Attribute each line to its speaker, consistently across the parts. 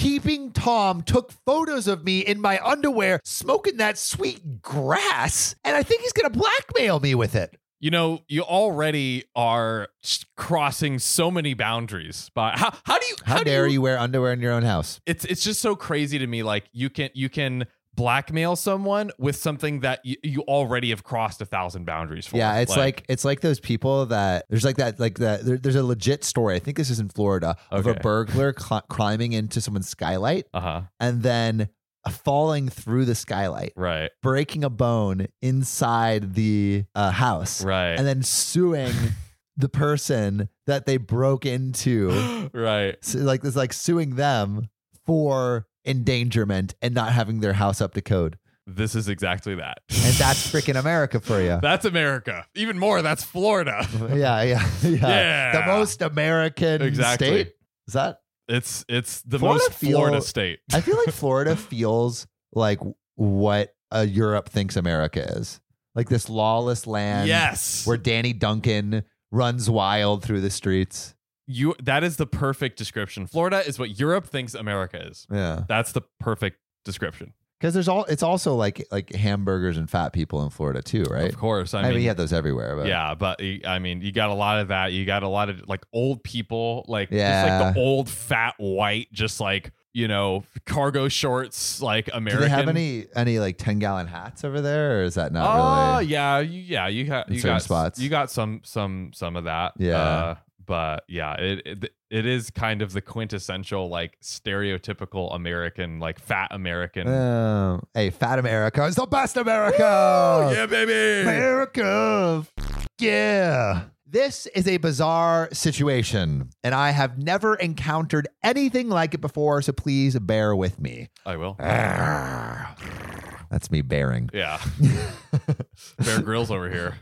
Speaker 1: peeping Tom took photos of me in my underwear smoking that sweet grass, and I think he's going to blackmail me with it.
Speaker 2: You know, you already are crossing so many boundaries. By how, how do you
Speaker 1: How,
Speaker 2: do
Speaker 1: dare you wear underwear in your own house?
Speaker 2: it's it's just so crazy to me like you can you can blackmail someone with something that you, you already have crossed a thousand boundaries for
Speaker 1: Yeah, it's like, it's like those people that there's like that like that there, there's a legit story. I think this is in Florida of a
Speaker 2: Okay.
Speaker 1: burglar cl- climbing into someone's skylight
Speaker 2: uh-huh
Speaker 1: and then falling through the skylight,
Speaker 2: right
Speaker 1: breaking a bone inside the uh, house,
Speaker 2: right
Speaker 1: and then suing the person that they broke into.
Speaker 2: right
Speaker 1: So, like it's like suing them for endangerment and not having their house up to code.
Speaker 2: this is exactly that
Speaker 1: And that's freaking America for you.
Speaker 2: that's america even more that's florida
Speaker 1: yeah, yeah, yeah,
Speaker 2: Yeah.
Speaker 1: The most American
Speaker 2: Exactly.
Speaker 1: state is that.
Speaker 2: it's it's the
Speaker 1: Florida
Speaker 2: most florida
Speaker 1: feel-
Speaker 2: state
Speaker 1: I feel like Florida feels like what uh, Europe thinks America is, like this lawless land.
Speaker 2: yes
Speaker 1: where Danny Duncan runs wild through the streets.
Speaker 2: you that is the perfect description florida is what europe thinks america is
Speaker 1: Yeah,
Speaker 2: that's the perfect description
Speaker 1: because there's all. It's also like like hamburgers and fat people in Florida too, right?
Speaker 2: of course i,
Speaker 1: I, mean, you have those everywhere, but
Speaker 2: yeah, but y- I mean, you got a lot of that. You got a lot of like old people, like just
Speaker 1: Yeah.
Speaker 2: like the old fat white, just like you know, cargo shorts, like
Speaker 1: Do
Speaker 2: American.
Speaker 1: they have any any like ten gallon hats over there, or is that not
Speaker 2: Oh
Speaker 1: really?
Speaker 2: yeah, you, yeah, you got
Speaker 1: In
Speaker 2: you
Speaker 1: certain
Speaker 2: got s-
Speaker 1: spots.
Speaker 2: You got some some some of that. uh,
Speaker 1: Yeah.
Speaker 2: but yeah, it, it it is kind of the quintessential like stereotypical American, like fat American.
Speaker 1: Um, hey, fat America is the best America. Uh,
Speaker 2: baby.
Speaker 1: America. F- Yeah. This is a bizarre situation, and I have never encountered anything like it before, so please bear with me.
Speaker 2: I will.
Speaker 1: Uh,
Speaker 2: Ah.
Speaker 1: That's me bearing.
Speaker 2: Yeah. Bear grills over here.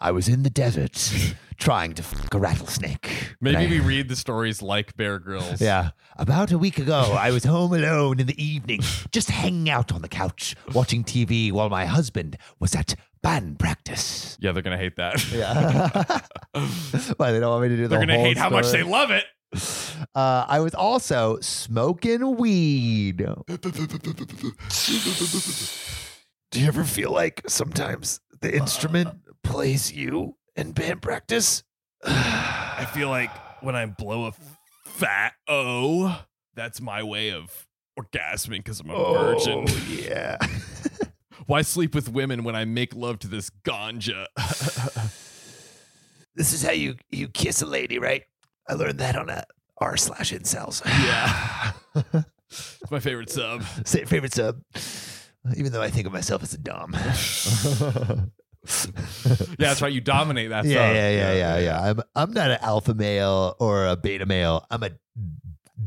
Speaker 1: I was in the desert trying to fuck a rattlesnake.
Speaker 2: Maybe
Speaker 1: And I-
Speaker 2: we read the stories like Bear Grylls.
Speaker 1: Yeah. About a week ago, I was home alone in the evening, just hanging out on the couch, watching TV while my husband was at band practice.
Speaker 2: Yeah, they're gonna hate that.
Speaker 1: Yeah. Why they don't want me to do
Speaker 2: they're
Speaker 1: the
Speaker 2: gonna
Speaker 1: whole
Speaker 2: hate how much they
Speaker 1: story.
Speaker 2: love it.
Speaker 1: Uh, I was also smoking weed. Do you ever feel like sometimes the instrument plays you in band practice?
Speaker 2: I feel like when I blow a f- fat O, that's my way of orgasming because I'm a virgin.
Speaker 1: Oh, yeah.
Speaker 2: Why sleep with women when I make love to this ganja?
Speaker 1: this is how you you kiss a lady, right? I learned that on a r slash incels.
Speaker 2: Yeah. it's my favorite sub.
Speaker 1: Say favorite sub. Even though I think of myself as a dom.
Speaker 2: Yeah, that's right. You dominate that
Speaker 1: yeah,
Speaker 2: sub.
Speaker 1: yeah, yeah, yeah, yeah. I'm I'm not an alpha male or a beta male. I'm a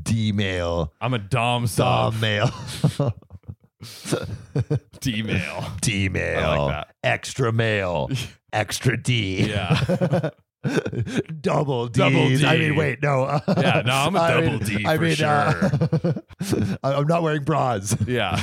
Speaker 1: D male,
Speaker 2: I'm a dom sub,
Speaker 1: dom male,
Speaker 2: D male.
Speaker 1: D
Speaker 2: I
Speaker 1: male,
Speaker 2: like that.
Speaker 1: extra male, extra D.
Speaker 2: Yeah.
Speaker 1: Double D.
Speaker 2: Double
Speaker 1: I
Speaker 2: D.
Speaker 1: mean, wait, no.
Speaker 2: Yeah, no, I'm a
Speaker 1: I
Speaker 2: double
Speaker 1: mean-
Speaker 2: D
Speaker 1: I
Speaker 2: for
Speaker 1: mean, uh, I- I'm not wearing bras.
Speaker 2: Yeah,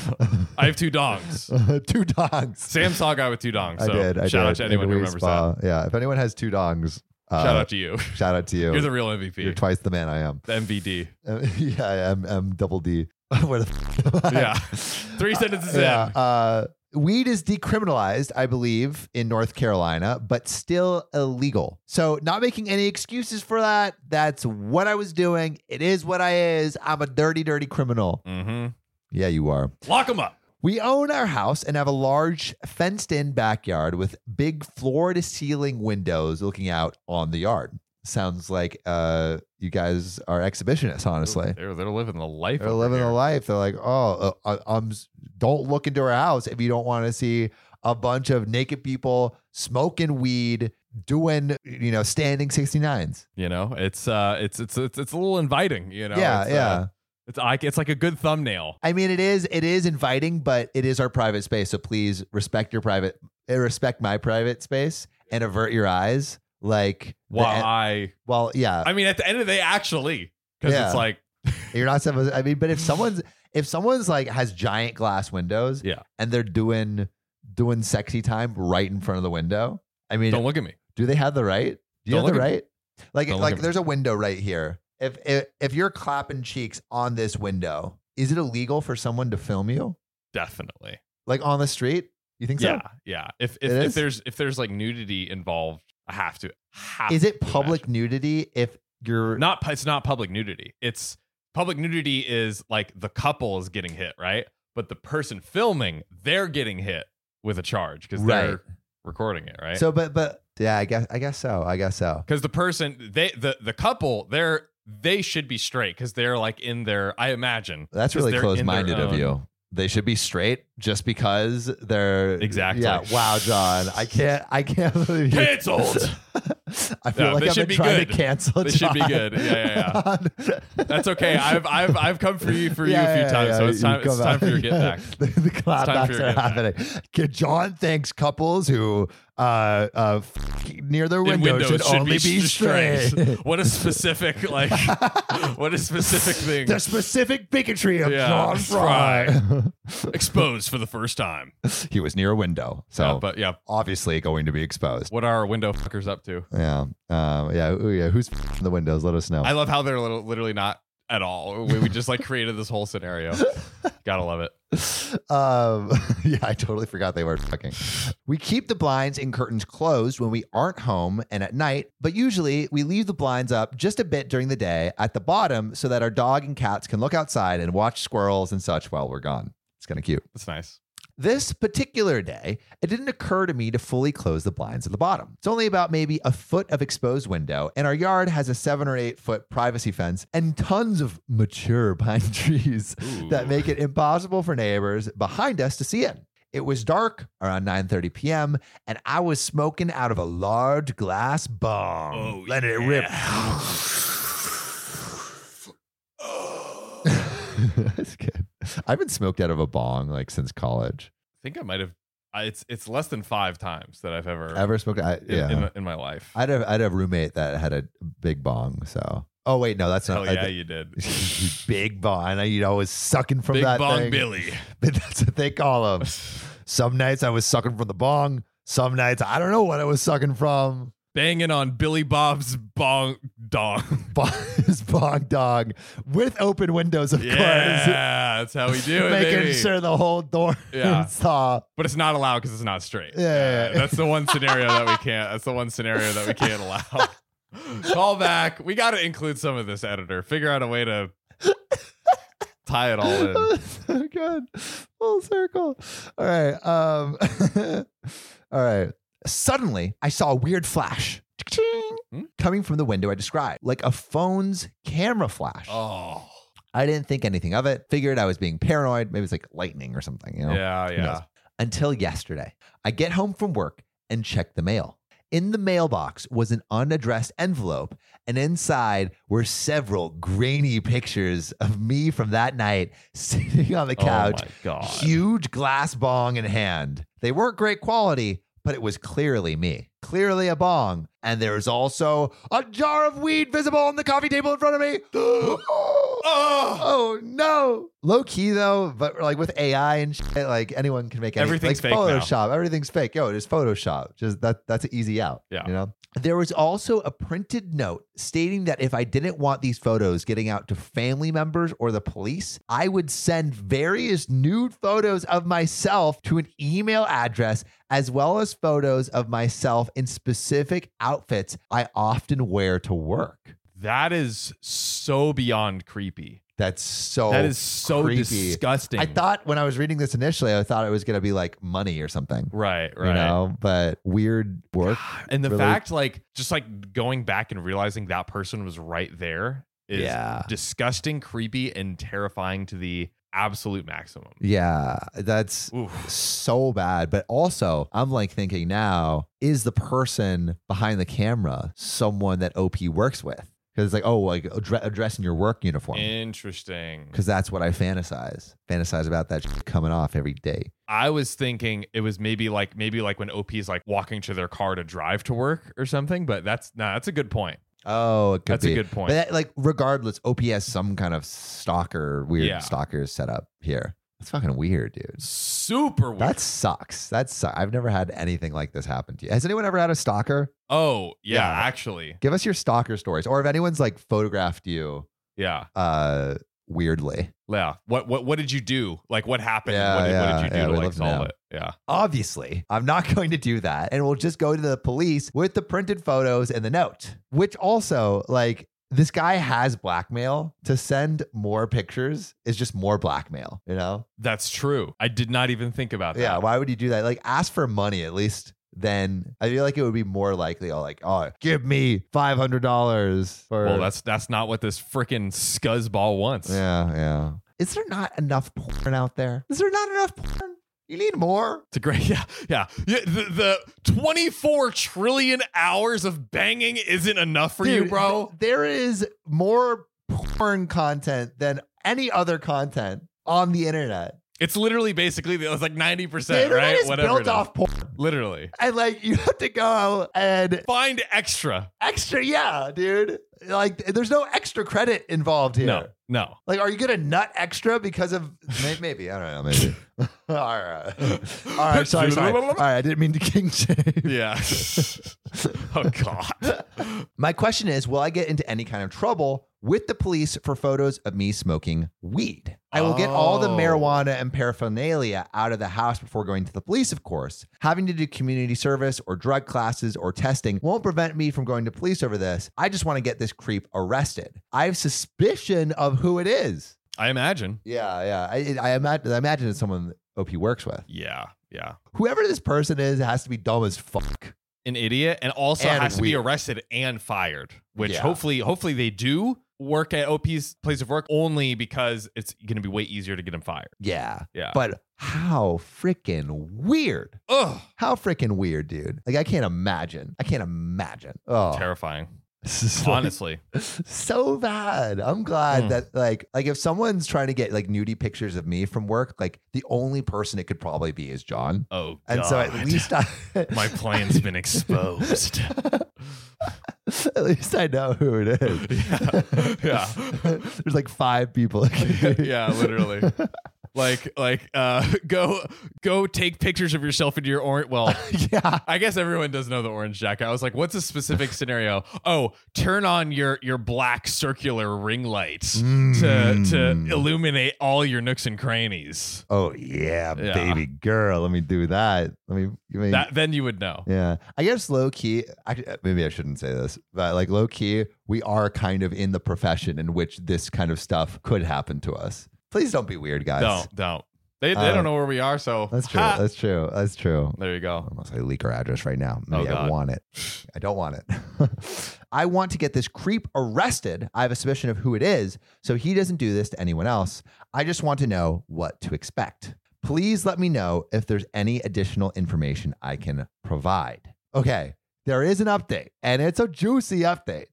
Speaker 2: I have two dongs.
Speaker 1: two dongs.
Speaker 2: Sam saw a guy with two dongs.
Speaker 1: I
Speaker 2: So
Speaker 1: did. I
Speaker 2: shout
Speaker 1: did.
Speaker 2: out to
Speaker 1: in
Speaker 2: anyone
Speaker 1: the
Speaker 2: who
Speaker 1: Wii
Speaker 2: remembers that.
Speaker 1: spa. Yeah, if anyone has two dongs, uh,
Speaker 2: Shout out to you.
Speaker 1: shout out to you.
Speaker 2: You're the real MVP.
Speaker 1: You're twice the man I am.
Speaker 2: the MVD.
Speaker 1: Uh, yeah, I'm, I'm double D. Where the f- am I?
Speaker 2: Yeah. Three sentences
Speaker 1: yeah.
Speaker 2: in.
Speaker 1: Uh, weed is decriminalized, I believe, in North Carolina, but still illegal. So, not making any excuses for that. That's what I was doing. It is what I is. I'm a dirty, dirty criminal.
Speaker 2: Mm-hmm.
Speaker 1: Yeah, you are.
Speaker 2: Lock them up.
Speaker 1: We own our house and have a large fenced in backyard with big floor to ceiling windows looking out on the yard. Sounds like uh, you guys are exhibitionists, honestly.
Speaker 2: They're, they're living the life.
Speaker 1: They're
Speaker 2: over
Speaker 1: living
Speaker 2: here.
Speaker 1: the life. They're like, oh, uh, uh, um, s- don't look into our house if you don't want to see a bunch of naked people smoking weed, doing, you know, standing 69s.
Speaker 2: You know, it's uh, it's it's it's, it's a little inviting. You know,
Speaker 1: yeah,
Speaker 2: it's,
Speaker 1: yeah.
Speaker 2: Uh, it's like it's like a good thumbnail.
Speaker 1: I mean, it is it is inviting, but it is our private space. So please respect your private, eh, respect my private space, and avert your eyes. Like, the
Speaker 2: While
Speaker 1: en-
Speaker 2: I,
Speaker 1: well, yeah,
Speaker 2: I mean, at the end of the day, actually, because
Speaker 1: Yeah.
Speaker 2: it's like,
Speaker 1: you're not supposed. I mean, but if someone's if someone's like has giant glass windows,
Speaker 2: Yeah.
Speaker 1: and they're doing doing sexy time right in front of the window. I mean,
Speaker 2: don't look at me.
Speaker 1: do they have the right? Do you
Speaker 2: Don't
Speaker 1: have the
Speaker 2: look at
Speaker 1: right? Like,
Speaker 2: Don't look at
Speaker 1: like
Speaker 2: me.
Speaker 1: there's a window right here. If, if if you're clapping cheeks on this window, is it illegal for someone to film you
Speaker 2: Definitely.
Speaker 1: like on the street? You think
Speaker 2: Yeah. Yeah. If if,
Speaker 1: It
Speaker 2: if
Speaker 1: is?
Speaker 2: there's if there's like nudity involved, I have to have
Speaker 1: so? Is it
Speaker 2: to
Speaker 1: public nudity if you're
Speaker 2: not pu- it's not public nudity it's public nudity is like the couple is getting hit right but the person filming they're getting hit with a charge because
Speaker 1: Right.
Speaker 2: they're recording it right
Speaker 1: so? But but yeah, I guess I guess so. I guess so.
Speaker 2: because the person they the the couple they're they should be straight because they're like in their i imagine
Speaker 1: That's
Speaker 2: 'cause
Speaker 1: really
Speaker 2: they're
Speaker 1: closed
Speaker 2: in their
Speaker 1: minded of
Speaker 2: own-
Speaker 1: you. They should be straight just because they're
Speaker 2: Exactly.
Speaker 1: Yeah. Wow, John. I can't I can't believe you-
Speaker 2: Canceled.
Speaker 1: I feel
Speaker 2: Yeah,
Speaker 1: like
Speaker 2: they
Speaker 1: I've been
Speaker 2: should be
Speaker 1: trying to
Speaker 2: good.
Speaker 1: cancel.
Speaker 2: They should
Speaker 1: John.
Speaker 2: be good. Yeah, yeah,
Speaker 1: yeah.
Speaker 2: that's okay i've i've i've come for you for you a few times so it's time it's time for your get back
Speaker 1: the the
Speaker 2: time for
Speaker 1: clapbacks
Speaker 2: your
Speaker 1: are
Speaker 2: get back.
Speaker 1: happening. Okay, John thinks couples who uh, uh, f- near their
Speaker 2: In
Speaker 1: window should, only be,
Speaker 2: s-
Speaker 1: straight.
Speaker 2: what a specific like what a specific thing
Speaker 1: the specific bigotry of
Speaker 2: Yeah,
Speaker 1: John Fry.
Speaker 2: exposed for the first time
Speaker 1: he was near a window, so
Speaker 2: yeah, but yeah
Speaker 1: obviously going to be exposed.
Speaker 2: what are window fuckers up to?
Speaker 1: Yeah, um, yeah, ooh, yeah. Who's f- the windows? Let us know.
Speaker 2: I love how they're little, literally not at all. We, we just like created this whole scenario. Gotta love it.
Speaker 1: um, yeah, I totally forgot they were fucking. We keep the blinds and curtains closed when we aren't home and at night, but usually we leave the blinds up just a bit during the day at the bottom so that our dog and cats can look outside and watch squirrels and such while we're gone. It's kind of cute.
Speaker 2: That's nice.
Speaker 1: This particular day, it didn't occur to me to fully close the blinds at the bottom. It's only about maybe a foot of exposed window, and our yard has a seven or eight foot privacy fence and tons of mature pine trees
Speaker 2: Ooh.
Speaker 1: that make it impossible for neighbors behind us to see it. It was dark around 9:30 p.m. and I was smoking out of a large glass bomb.
Speaker 2: Oh,
Speaker 1: Let it
Speaker 2: yeah.
Speaker 1: rip.
Speaker 2: I
Speaker 1: That's good. I haven't smoked out of a bong like since college.
Speaker 2: think I might have. I, it's it's less than five times that I've ever,
Speaker 1: Ever smoked? I,
Speaker 2: in,
Speaker 1: yeah.
Speaker 2: in, in my life.
Speaker 1: I'd have I'd have a roommate that had a big bong. So oh wait, no, that's
Speaker 2: Hell
Speaker 1: not.
Speaker 2: yeah,
Speaker 1: I-
Speaker 2: you did.
Speaker 1: big bong. I know you know, I was sucking from
Speaker 2: Big
Speaker 1: that
Speaker 2: Bong
Speaker 1: thing.
Speaker 2: Billy.
Speaker 1: But that's what they call them. Some nights I was sucking from the bong. Some nights I don't know what I was sucking from.
Speaker 2: Banging on Billy Bob's bong dong.
Speaker 1: Bong, it's bong dog with open windows, of course.
Speaker 2: Yeah, that's how we do it.
Speaker 1: Making
Speaker 2: baby.
Speaker 1: sure the whole door
Speaker 2: Yeah.
Speaker 1: saw.
Speaker 2: But it's not allowed because it's not straight.
Speaker 1: Yeah, yeah, yeah.
Speaker 2: That's the one scenario that we can't. That's the one scenario that we can't allow. Call back. We got to include some of this, editor. Figure out a way to tie it all in.
Speaker 1: Oh, so good. Full circle. All right. Um, all right. Suddenly, I saw a weird flash Ching!
Speaker 2: Hmm?
Speaker 1: coming from the window I described, like a phone's camera flash.
Speaker 2: Oh,
Speaker 1: I didn't think anything of it. Figured I was being paranoid. Maybe it's like lightning or something, you know?
Speaker 2: yeah, yeah.
Speaker 1: knows? Until yesterday, I get home from work and check the mail. In the mailbox was an unaddressed envelope, and inside were several grainy pictures of me from that night sitting on the couch
Speaker 2: Oh my god.
Speaker 1: huge glass bong in hand. They weren't great quality, but it was clearly me, clearly a bong. And there's also a jar of weed visible on the coffee table in front of me. oh,
Speaker 2: Oh,
Speaker 1: no. Low key though, but like with AI and shit, like anyone can make any-
Speaker 2: Everything's
Speaker 1: like
Speaker 2: fake now.
Speaker 1: Photoshop. Everything's fake. Yo, just Photoshop. Just that that's an easy out.
Speaker 2: Yeah.
Speaker 1: You know? There was also a printed note stating that if I didn't want these photos getting out to family members or the police, I would send various nude photos of myself to an email address, as well as photos of myself in specific outfits I often wear to work.
Speaker 2: that is so beyond creepy.
Speaker 1: That's so.
Speaker 2: that is so
Speaker 1: Oh, creepy.
Speaker 2: disgusting.
Speaker 1: I thought when I was reading this initially, I thought it was going to be like money or something,
Speaker 2: Right, right.
Speaker 1: you know, but weird work.
Speaker 2: and the
Speaker 1: really-
Speaker 2: fact, like, just like going back and realizing that person was right there is
Speaker 1: yeah.
Speaker 2: disgusting, creepy, and terrifying to the absolute maximum.
Speaker 1: Yeah. That's
Speaker 2: Oof.
Speaker 1: so bad. But also, I'm like thinking now, is the person behind the camera someone that OP works with? Because it's like, oh, like addre- address in your work
Speaker 2: Eh.
Speaker 1: uniform.
Speaker 2: Interesting.
Speaker 1: Because that's what I fantasize. Fantasize about that shit coming off every day.
Speaker 2: I was thinking it was maybe like maybe like when OP is like walking to their car to drive to work or something, but that's nah, that's a good point.
Speaker 1: Oh, it could
Speaker 2: that's
Speaker 1: be.
Speaker 2: a good point.
Speaker 1: But that, like, regardless, OP has some kind of stalker, weird
Speaker 2: Yeah.
Speaker 1: stalker setup here. That's fucking weird, dude.
Speaker 2: Super weird.
Speaker 1: That sucks. That sucks. I've never had anything like this happen to you. Has anyone ever had a stalker?
Speaker 2: oh, yeah,
Speaker 1: Yeah.
Speaker 2: actually.
Speaker 1: Give us your stalker stories, or if anyone's like photographed you
Speaker 2: Yeah.
Speaker 1: uh weirdly.
Speaker 2: Yeah. What what what did you do? Like what happened?
Speaker 1: Yeah,
Speaker 2: what, did, what
Speaker 1: yeah,
Speaker 2: did you do
Speaker 1: yeah,
Speaker 2: to
Speaker 1: we'd
Speaker 2: like
Speaker 1: love to
Speaker 2: solve
Speaker 1: know.
Speaker 2: it? Yeah.
Speaker 1: Obviously, I'm not going to do that. And we'll just go to the police with the printed photos and the note, which also, like, this guy has blackmail. To send more pictures is just more blackmail, you know?
Speaker 2: That's true. I did not even think about that.
Speaker 1: Yeah. Why would you do that? Like, ask for money at least. Then I feel like it would be more likely. Oh, like, oh, give me five hundred dollars for.
Speaker 2: Well, that's that's not what this freaking scuzzball wants.
Speaker 1: yeah, yeah. Is there not enough porn out there? Is there not enough porn? You need more.
Speaker 2: It's a great, yeah, yeah. yeah the, the 24 trillion hours of banging isn't enough for you,
Speaker 1: Dude,
Speaker 2: bro.
Speaker 1: th- there is more porn content than any other content on the internet.
Speaker 2: It's literally basically, it's like 90%,
Speaker 1: The internet
Speaker 2: right?
Speaker 1: is built
Speaker 2: it is.
Speaker 1: off porn,
Speaker 2: Literally.
Speaker 1: and like you have to go and
Speaker 2: Find extra.
Speaker 1: extra. Yeah, dude. Like, there's no extra credit involved here.
Speaker 2: No, no.
Speaker 1: Like, are you gonna nut extra because of may- maybe? I don't know. Maybe. All right. All right. Sorry. Sorry. All right. I didn't mean to king shame.
Speaker 2: Yeah. oh, God.
Speaker 1: My question is, will I get into any kind of trouble with the police for photos of me smoking weed? I will get all the
Speaker 2: Oh.
Speaker 1: marijuana and paraphernalia out of the house before going to the police, of course. Having to do community service or drug classes or testing won't prevent me from going to police over this. I just want to get this creep arrested. I have suspicion of who it is.
Speaker 2: I imagine.
Speaker 1: Yeah, yeah. I, I, imagine, I imagine it's someone OP works with.
Speaker 2: Yeah, yeah.
Speaker 1: Whoever this person is it has to be dumb as fuck.
Speaker 2: An idiot and also
Speaker 1: And
Speaker 2: has to be
Speaker 1: weird.
Speaker 2: arrested and fired, which
Speaker 1: Yeah.
Speaker 2: hopefully, hopefully they do work at OP's place of work only because it's going to be way easier to get him fired.
Speaker 1: Yeah.
Speaker 2: Yeah.
Speaker 1: But how freaking weird.
Speaker 2: Ugh.
Speaker 1: How freaking weird, dude. Like, I can't imagine. I can't imagine. Oh,
Speaker 2: Terrifying.
Speaker 1: this is, like,
Speaker 2: Honestly.
Speaker 1: so bad. I'm glad
Speaker 2: Mm.
Speaker 1: that, like, like if someone's trying to get like nudie pictures of me from work, like the only person it could probably be is John.
Speaker 2: Oh,
Speaker 1: And so at
Speaker 2: God.
Speaker 1: least I,
Speaker 2: my plan's been exposed.
Speaker 1: at least I know who it is.
Speaker 2: yeah. Yeah.
Speaker 1: There's like five people.
Speaker 2: yeah, literally. Like like uh go go take pictures of yourself in your orange well
Speaker 1: yeah.
Speaker 2: I guess everyone does know the orange jacket. I was like, what's a specific scenario? Oh, turn on your your black circular ring lights to to
Speaker 1: Mm.
Speaker 2: illuminate all your nooks and crannies.
Speaker 1: Oh yeah,
Speaker 2: Yeah.
Speaker 1: baby girl. Let me do that. Let me. I mean,
Speaker 2: That then you would know.
Speaker 1: yeah, I guess low key. I, maybe I shouldn't say this, but like low key, we are kind of in the profession in which this kind of stuff could happen to us. Please don't be weird, guys.
Speaker 2: Don't don't. They, they
Speaker 1: Uh,
Speaker 2: don't know where we are, so
Speaker 1: That's true.
Speaker 2: Ha!
Speaker 1: That's true. That's true.
Speaker 2: There you go.
Speaker 1: Unless I leak her address right now. Maybe
Speaker 2: Oh,
Speaker 1: I
Speaker 2: God.
Speaker 1: want it. I don't want it. I want to get this creep arrested. I have a suspicion of who it is, so he doesn't do this to anyone else. I just want to know what to expect. Please let me know if there's any additional information I can provide. Okay, there is an update, and it's a juicy update.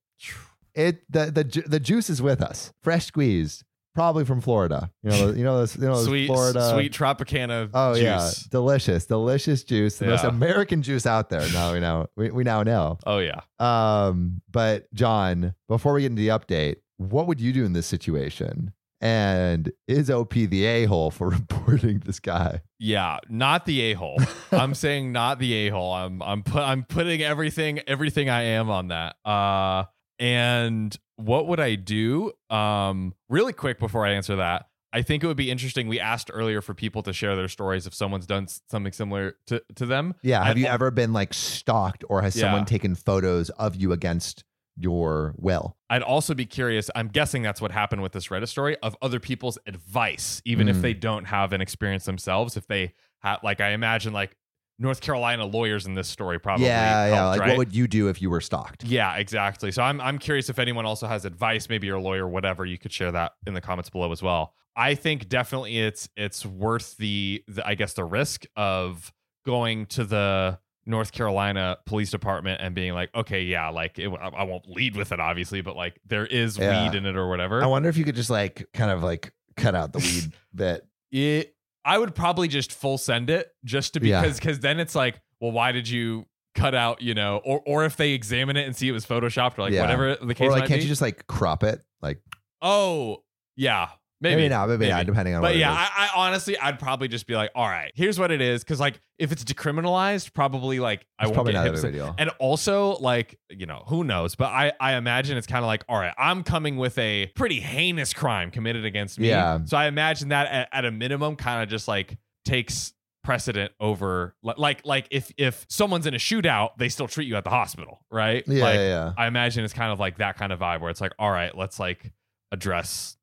Speaker 1: It the the ju- the juice is with us, fresh squeezed, probably from Florida. You know, you know, this, you know, this
Speaker 2: sweet
Speaker 1: Florida
Speaker 2: sweet Tropicana
Speaker 1: Oh
Speaker 2: juice.
Speaker 1: yeah, delicious, delicious juice, the most
Speaker 2: Yeah.
Speaker 1: American juice out there. Now we know, we, we now know.
Speaker 2: Oh yeah.
Speaker 1: Um, but John, before we get into the update, what would you do in this situation? And is OP the a hole for reporting this guy?
Speaker 2: Yeah, not the a hole. I'm saying not the a hole. I'm I'm put I'm putting everything everything I am on that. Uh, and what would I do? Um, really quick before I answer that, I think it would be interesting. We asked earlier for people to share their stories if someone's done s- something similar to to them.
Speaker 1: Yeah, have
Speaker 2: I-
Speaker 1: you ever been like stalked, or has
Speaker 2: Yeah.
Speaker 1: someone taken photos of you against your will?
Speaker 2: I'd also be curious. I'm guessing that's what happened with this Reddit story of other people's advice, even if
Speaker 1: Mm.
Speaker 2: they don't have an experience themselves. If they have, like, I imagine, like North Carolina lawyers in this story probably.
Speaker 1: yeah, yeah.
Speaker 2: helped,
Speaker 1: Like,
Speaker 2: right?
Speaker 1: what would you do if you were stalked?
Speaker 2: Yeah, exactly. So I'm I'm curious if anyone also has advice, maybe your lawyer, whatever. You could share that in the comments below as well. I think definitely it's it's worth the, the I guess the risk of going to the North Carolina Police Department and being like, okay, yeah, like it, I, I won't lead with it, obviously, but like there is
Speaker 1: Yeah.
Speaker 2: weed in it or whatever.
Speaker 1: I wonder if you could just like kind of like cut out the weed bit.
Speaker 2: it I would probably just full send it just to
Speaker 1: Yeah.
Speaker 2: because because then it's like, well, why did you cut out, you know, or or if they examine it and see it was photoshopped or like
Speaker 1: Yeah.
Speaker 2: whatever the case
Speaker 1: Or
Speaker 2: might
Speaker 1: like, can't
Speaker 2: be.
Speaker 1: you just like crop it? Like,
Speaker 2: Oh, yeah. Maybe,
Speaker 1: not, maybe, not, depending on
Speaker 2: But
Speaker 1: what
Speaker 2: yeah,
Speaker 1: it is.
Speaker 2: I, I honestly, I'd probably just be like, all right, here's what it is. Cause like, if it's decriminalized, probably like, I
Speaker 1: it's
Speaker 2: won't
Speaker 1: probably
Speaker 2: get
Speaker 1: not that
Speaker 2: hit with
Speaker 1: big
Speaker 2: some-
Speaker 1: of a deal.
Speaker 2: and also, like, you know, who knows? But I, I imagine it's kind of like, all right, I'm coming with a pretty heinous crime committed against me.
Speaker 1: Yeah.
Speaker 2: So I imagine that at, at a minimum kind of just like takes precedent over li- like like if if someone's in a shootout, they still treat you at the hospital, right?
Speaker 1: Yeah,
Speaker 2: Like
Speaker 1: yeah, yeah.
Speaker 2: I imagine it's kind of like that kind of vibe where it's like, all right, let's like address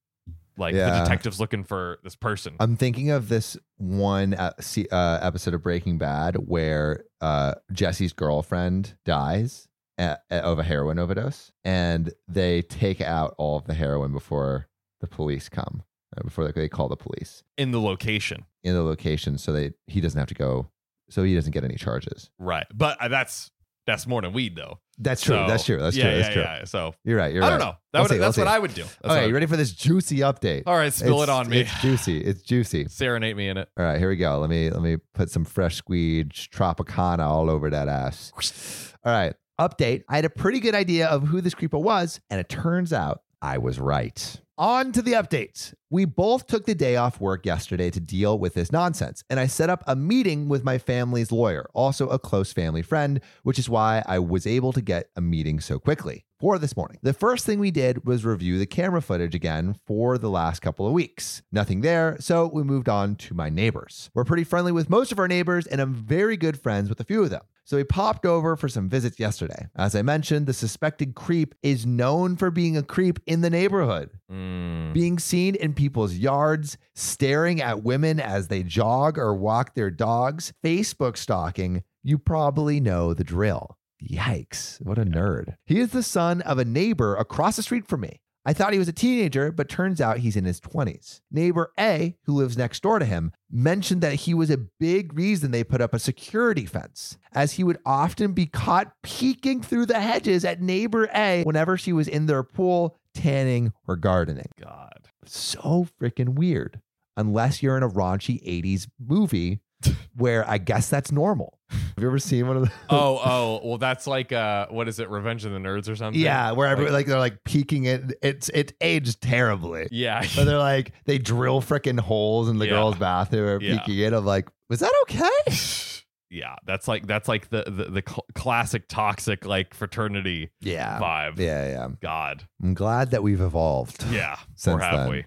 Speaker 2: like the
Speaker 1: Yeah. Uh,
Speaker 2: detectives looking for this person.
Speaker 1: I'm thinking of this one uh, se- uh, episode of Breaking Bad where uh, Jesse's girlfriend dies a- a- of a heroin overdose, and they take out all of the heroin before the police come, uh, before like, they call the police
Speaker 2: in the location.
Speaker 1: in the location, so they he doesn't have to go, so he doesn't get any charges.
Speaker 2: Right. But uh, that's that's more than weed though.
Speaker 1: That's true.
Speaker 2: So-
Speaker 1: that's true. That's
Speaker 2: yeah,
Speaker 1: true.
Speaker 2: Yeah,
Speaker 1: That's true.
Speaker 2: yeah. So
Speaker 1: You're right. You're
Speaker 2: I
Speaker 1: right.
Speaker 2: don't know. That
Speaker 1: I'll
Speaker 2: would,
Speaker 1: see, I'll
Speaker 2: that's what
Speaker 1: see.
Speaker 2: I would do. That's
Speaker 1: all
Speaker 2: what
Speaker 1: right,
Speaker 2: I-
Speaker 1: you ready for this juicy update?
Speaker 2: all right, spill it
Speaker 1: It's-
Speaker 2: on me.
Speaker 1: It's juicy. It's juicy.
Speaker 2: Serenade me in it.
Speaker 1: All right, here we go. Let me let me put some fresh squeege Tropicana all over that ass. All right, update. I had a pretty good idea of who this creeper was, and it turns out I was right. On to the updates. We both took the day off work yesterday to deal with this nonsense, and I set up a meeting with my family's lawyer, also a close family friend, which is why I was able to get a meeting so quickly for this morning. The first thing we did was review the camera footage again for the last couple of weeks. Nothing there, so we moved on to my neighbors. We're pretty friendly with most of our neighbors, and I'm very good friends with a few of them. So we popped over for some visits yesterday. As I mentioned, the suspected creep is known for being a creep in the neighborhood
Speaker 2: Mm.
Speaker 1: being seen in people's yards, staring at women as they jog or walk their dogs, Facebook stalking, you probably know the drill. Yikes, what a nerd. He is the son of a neighbor across the street from me. I thought he was a teenager, but turns out he's in his 20s. Neighbor A, who lives next door to him, mentioned that he was a big reason they put up a security fence, as he would often be caught peeking through the hedges at neighbor A whenever she was in their pool, tanning, or gardening
Speaker 2: God.
Speaker 1: so freaking weird unless you're in a raunchy 80s movie where I guess that's normal. Have you ever seen one of those?
Speaker 2: Oh, oh, well, that's like uh, what is it, Revenge of the Nerds or something?
Speaker 1: yeah, where every, like they're like peeking it. It's it's aged terribly.
Speaker 2: yeah.
Speaker 1: But they're like they drill freaking holes in the
Speaker 2: Yeah.
Speaker 1: girls' bathroom or
Speaker 2: Yeah.
Speaker 1: peeking it. I'm like, was that okay?
Speaker 2: yeah, that's like that's like the the, the cl- classic toxic like fraternity
Speaker 1: Yeah.
Speaker 2: vibe.
Speaker 1: Yeah, yeah.
Speaker 2: God,
Speaker 1: I'm glad that we've evolved.
Speaker 2: yeah, or
Speaker 1: Since
Speaker 2: have
Speaker 1: then.
Speaker 2: we?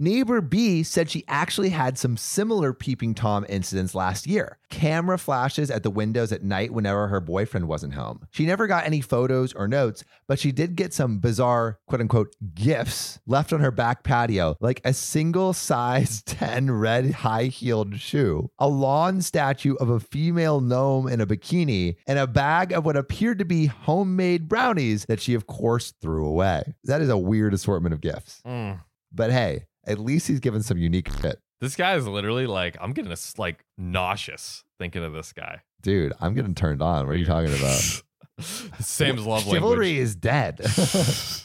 Speaker 1: Neighbor B said she actually had some similar peeping Tom incidents last year. Camera flashes at the windows at night whenever her boyfriend wasn't home. She never got any photos or notes, but she did get some bizarre, quote unquote, gifts left on her back patio, like a single size 10 red high heeled shoe, a lawn statue of a female gnome in a bikini, and a bag of what appeared to be homemade brownies that she, of course, threw away. That is a weird assortment of gifts.
Speaker 2: Mm.
Speaker 1: But hey, at least he's given some unique shit.
Speaker 2: This guy is literally like I'm getting a, s- like nauseous thinking of this guy.
Speaker 1: Dude, I'm getting turned on. What are you talking about?
Speaker 2: Sam's love
Speaker 1: Chivalry is dead.
Speaker 2: language.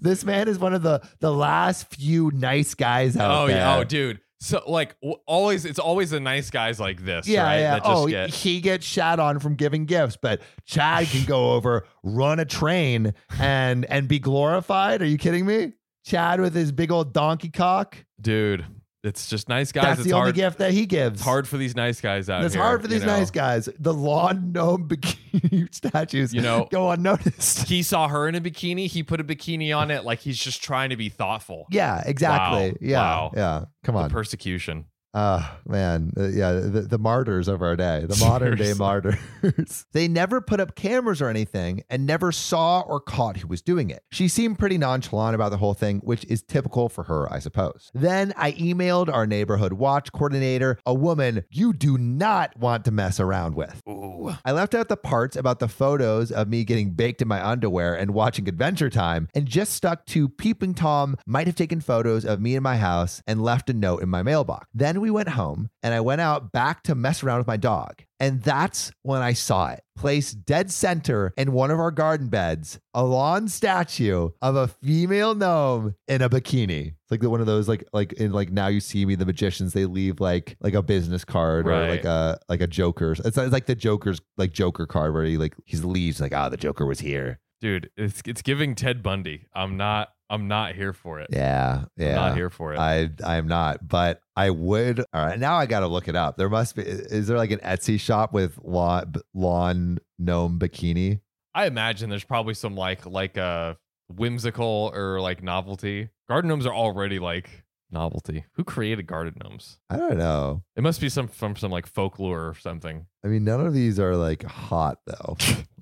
Speaker 1: this man is one of the the last few nice guys out
Speaker 2: oh
Speaker 1: there.
Speaker 2: yeah, oh dude. So like w- always, it's always the nice guys like this,
Speaker 1: yeah,
Speaker 2: right?
Speaker 1: yeah.
Speaker 2: That just
Speaker 1: Oh,
Speaker 2: get
Speaker 1: he gets shat on from giving gifts, but Chad can go over, run a train, and and be glorified. Are you kidding me? Chad with his big old donkey cock.
Speaker 2: dude. It's just nice guys.
Speaker 1: that's
Speaker 2: it's
Speaker 1: the
Speaker 2: hard.
Speaker 1: only gift that he gives.
Speaker 2: It's hard for these nice guys out
Speaker 1: That's
Speaker 2: here.
Speaker 1: hard for
Speaker 2: you
Speaker 1: these
Speaker 2: know?
Speaker 1: nice guys. The lawn gnome bikini statues
Speaker 2: You know-
Speaker 1: go unnoticed.
Speaker 2: He saw her in a bikini. He put a bikini on it. Like he's just trying to be thoughtful.
Speaker 1: Yeah, exactly.
Speaker 2: Wow.
Speaker 1: Yeah,
Speaker 2: Wow.
Speaker 1: yeah. Come
Speaker 2: The
Speaker 1: on,
Speaker 2: persecution.
Speaker 1: ah, man. Uh, yeah, the, the martyrs of our day, the modern day
Speaker 2: Seriously.
Speaker 1: martyrs. they never put up cameras or anything, and never saw or caught who was doing it. She seemed pretty nonchalant about the whole thing, which is typical for her, I suppose. Then I emailed our neighborhood watch coordinator, a woman you do not want to mess around with.
Speaker 2: Ooh.
Speaker 1: I left out the parts about the photos of me getting baked in my underwear and watching Adventure Time and just stuck to Peeping Tom might have taken photos of me in my house and left a note in my mailbox. Then we went home and I went out back to mess around with my dog. And that's when I saw it placed dead center in one of our garden beds, a lawn statue of a female gnome in a bikini. It's like the one of those like like in like now you see me the magicians they leave like like a business card or
Speaker 2: Right.
Speaker 1: like a uh, like a joker's. It's, it's like the joker's like joker card where he like he leaves like ah the joker was here.
Speaker 2: Dude, it's it's giving Ted Bundy. I'm not I'm not here for it.
Speaker 1: Yeah, yeah.
Speaker 2: I'm not here for it.
Speaker 1: I I am not, but I would. All right, now I got to look it up. There must be. Is there like an Etsy shop with lawn lawn gnome bikini?
Speaker 2: I imagine there's probably some like like uh whimsical or like novelty. Garden gnomes are already like novelty. Who created garden gnomes?
Speaker 1: I don't know.
Speaker 2: It must be some from some like folklore or something.
Speaker 1: I mean, none of these are like hot though.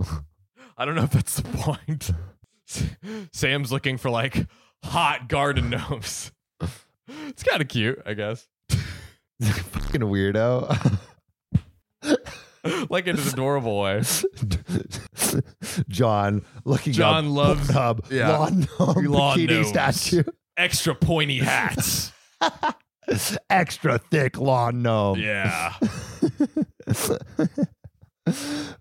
Speaker 2: I don't know if that's the point. Sam's looking for like hot garden gnomes. it's kind of cute, I guess.
Speaker 1: Fucking weirdo.
Speaker 2: like in an adorable way.
Speaker 1: John looking.
Speaker 2: John
Speaker 1: up
Speaker 2: loves-
Speaker 1: Pornhub,
Speaker 2: yeah.
Speaker 1: lawn gnome
Speaker 2: Lawn
Speaker 1: bikini
Speaker 2: gnomes.
Speaker 1: statue.
Speaker 2: Extra pointy hats.
Speaker 1: Extra thick lawn gnome.
Speaker 2: yeah.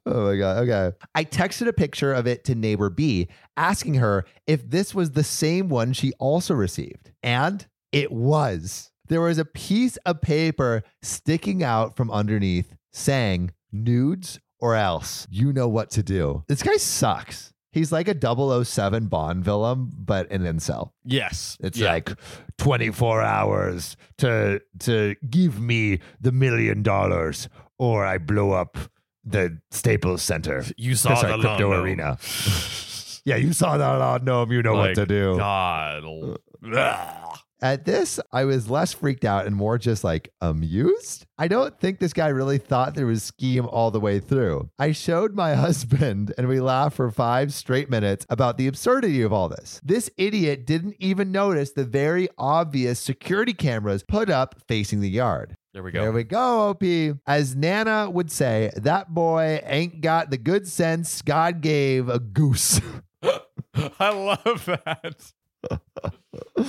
Speaker 1: oh my god. Okay. I texted a picture of it to neighbor B, asking her if this was the same one she also received. And it was. There was a piece of paper sticking out from underneath saying nudes or else. You know what to do. This guy sucks. He's like a 007 Bond villain, but an incel.
Speaker 2: Yes.
Speaker 1: It's
Speaker 2: Yeah.
Speaker 1: like 24 hours to to give me the million dollars or I blow up the Staples Center.
Speaker 2: you saw
Speaker 1: That's
Speaker 2: the
Speaker 1: right, Crypto
Speaker 2: lawn gnome.
Speaker 1: Arena. Yeah, you saw that on Gnome, you know
Speaker 2: Like,
Speaker 1: what to do.
Speaker 2: God. l-
Speaker 1: uh,
Speaker 2: Ugh.
Speaker 1: At this, I was less freaked out and more just like amused. I don't think this guy really thought through his scheme all the way through. I showed my husband, and we laughed for five straight minutes about the absurdity of all this. This idiot didn't even notice the very obvious security cameras put up facing the yard.
Speaker 2: There we
Speaker 1: There
Speaker 2: go.
Speaker 1: we go, OP. As Nana would say, that boy ain't got the good sense God gave a goose.
Speaker 2: I love that.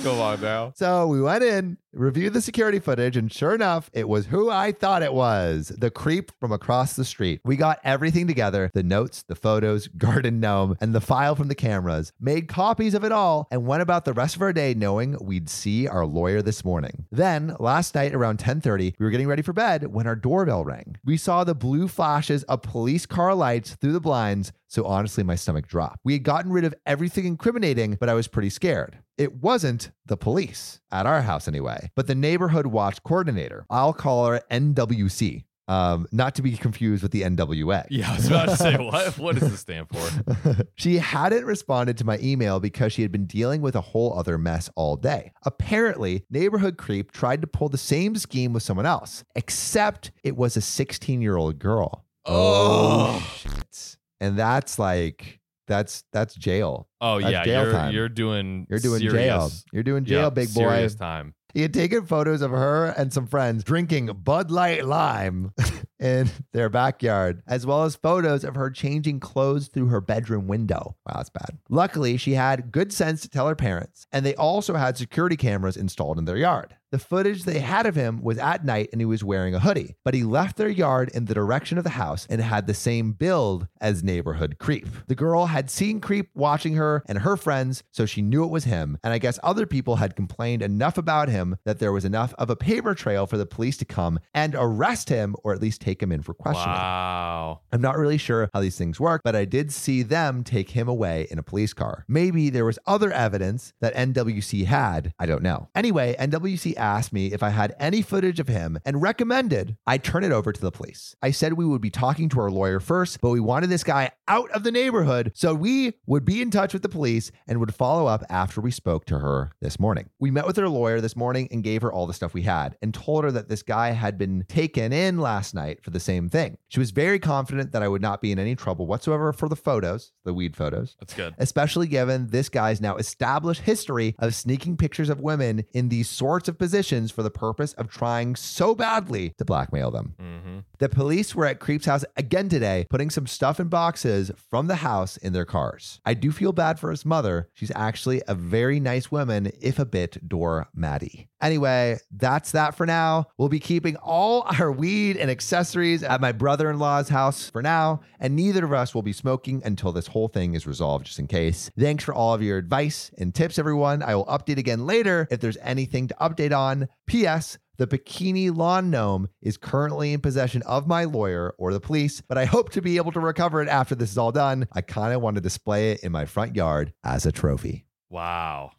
Speaker 2: Go on now.
Speaker 1: So we went in, reviewed the security footage, and sure enough, it was who I thought it was the creep from across the street. We got everything together the notes, the photos, Garden Gnome, and the file from the cameras, made copies of it all, and went about the rest of our day knowing we'd see our lawyer this morning. Then, last night around 10:30, we were getting ready for bed when our doorbell rang. We saw the blue flashes of police car lights through the blinds, so honestly my stomach dropped. We had gotten rid of everything incriminating, but I was pretty scared. It wasn't the police at our house anyway, but the neighborhood watch coordinator. I'll call her NWC, um, not to be confused with the NWA.
Speaker 2: Yeah, I was about to say, what, what does this stand for?
Speaker 1: she hadn't responded to my email because she had been dealing with a whole other mess all day. Apparently, Neighborhood Creep tried to pull the same scheme with someone else, except it was a 16 year old girl.
Speaker 2: Oh.
Speaker 1: shit. And that's like, that's that's jail.
Speaker 2: Oh,
Speaker 1: That's
Speaker 2: yeah.
Speaker 1: jail
Speaker 2: You're,
Speaker 1: time.
Speaker 2: you're doing
Speaker 1: You're doing
Speaker 2: serious,
Speaker 1: jail. You're doing jail,
Speaker 2: yeah,
Speaker 1: big boy.
Speaker 2: Serious time.
Speaker 1: He had taken photos of her and some friends drinking Bud Light Lime in their backyard, as well as photos of her changing clothes through her bedroom window. Wow, that's bad. Luckily, she had good sense to tell her parents, and they also had security cameras installed in their yard. The footage they had of him was at night and he was wearing a hoodie, but he left their yard in the direction of the house and had the same build as Neighborhood Creep. The girl had seen Creep watching her and her friends, so she knew it was him, and I guess other people had complained enough about him that there was enough of a paper trail for the police to come and arrest him or at least take him in for questioning.
Speaker 2: Wow.
Speaker 1: I'm not really sure how these things work, but I did see them take him away in a police car. Maybe there was other evidence that NWC had. I don't know. Anyway, NWC asked me if I had any footage of him and recommended I turn it over to the police. I said we would be talking to our lawyer first, but we wanted this guy out of the neighborhood, so we would be in touch with the police and would follow up after we spoke to her this morning. We met with her lawyer this morning and gave her all the stuff we had and told her that this guy had been taken in last night for the same thing. She was very confident that I would not be in any trouble whatsoever for the photos, the weed photos.
Speaker 2: That's good.
Speaker 1: Especially given this guy's now established history of sneaking pictures of women in these sorts of positions for the purpose of trying so badly to blackmail them.
Speaker 2: hmm
Speaker 1: The police were at Creep's house again today, putting some stuff in boxes from the house in their cars. I do feel bad for his mother. She's actually a very nice woman, if a bit door matty. Anyway, that's that for now. We'll be keeping all our weed and accessories at my brother in law's house for now, and neither of us will be smoking until this whole thing is resolved, just in case. Thanks for all of your advice and tips, everyone. I will update again later if there's anything to update on. P.S. The bikini lawn gnome is currently in possession of my lawyer or the police, but I hope to be able to recover it after this is all done. I kind of want to display it in my front yard as a trophy.
Speaker 2: Wow.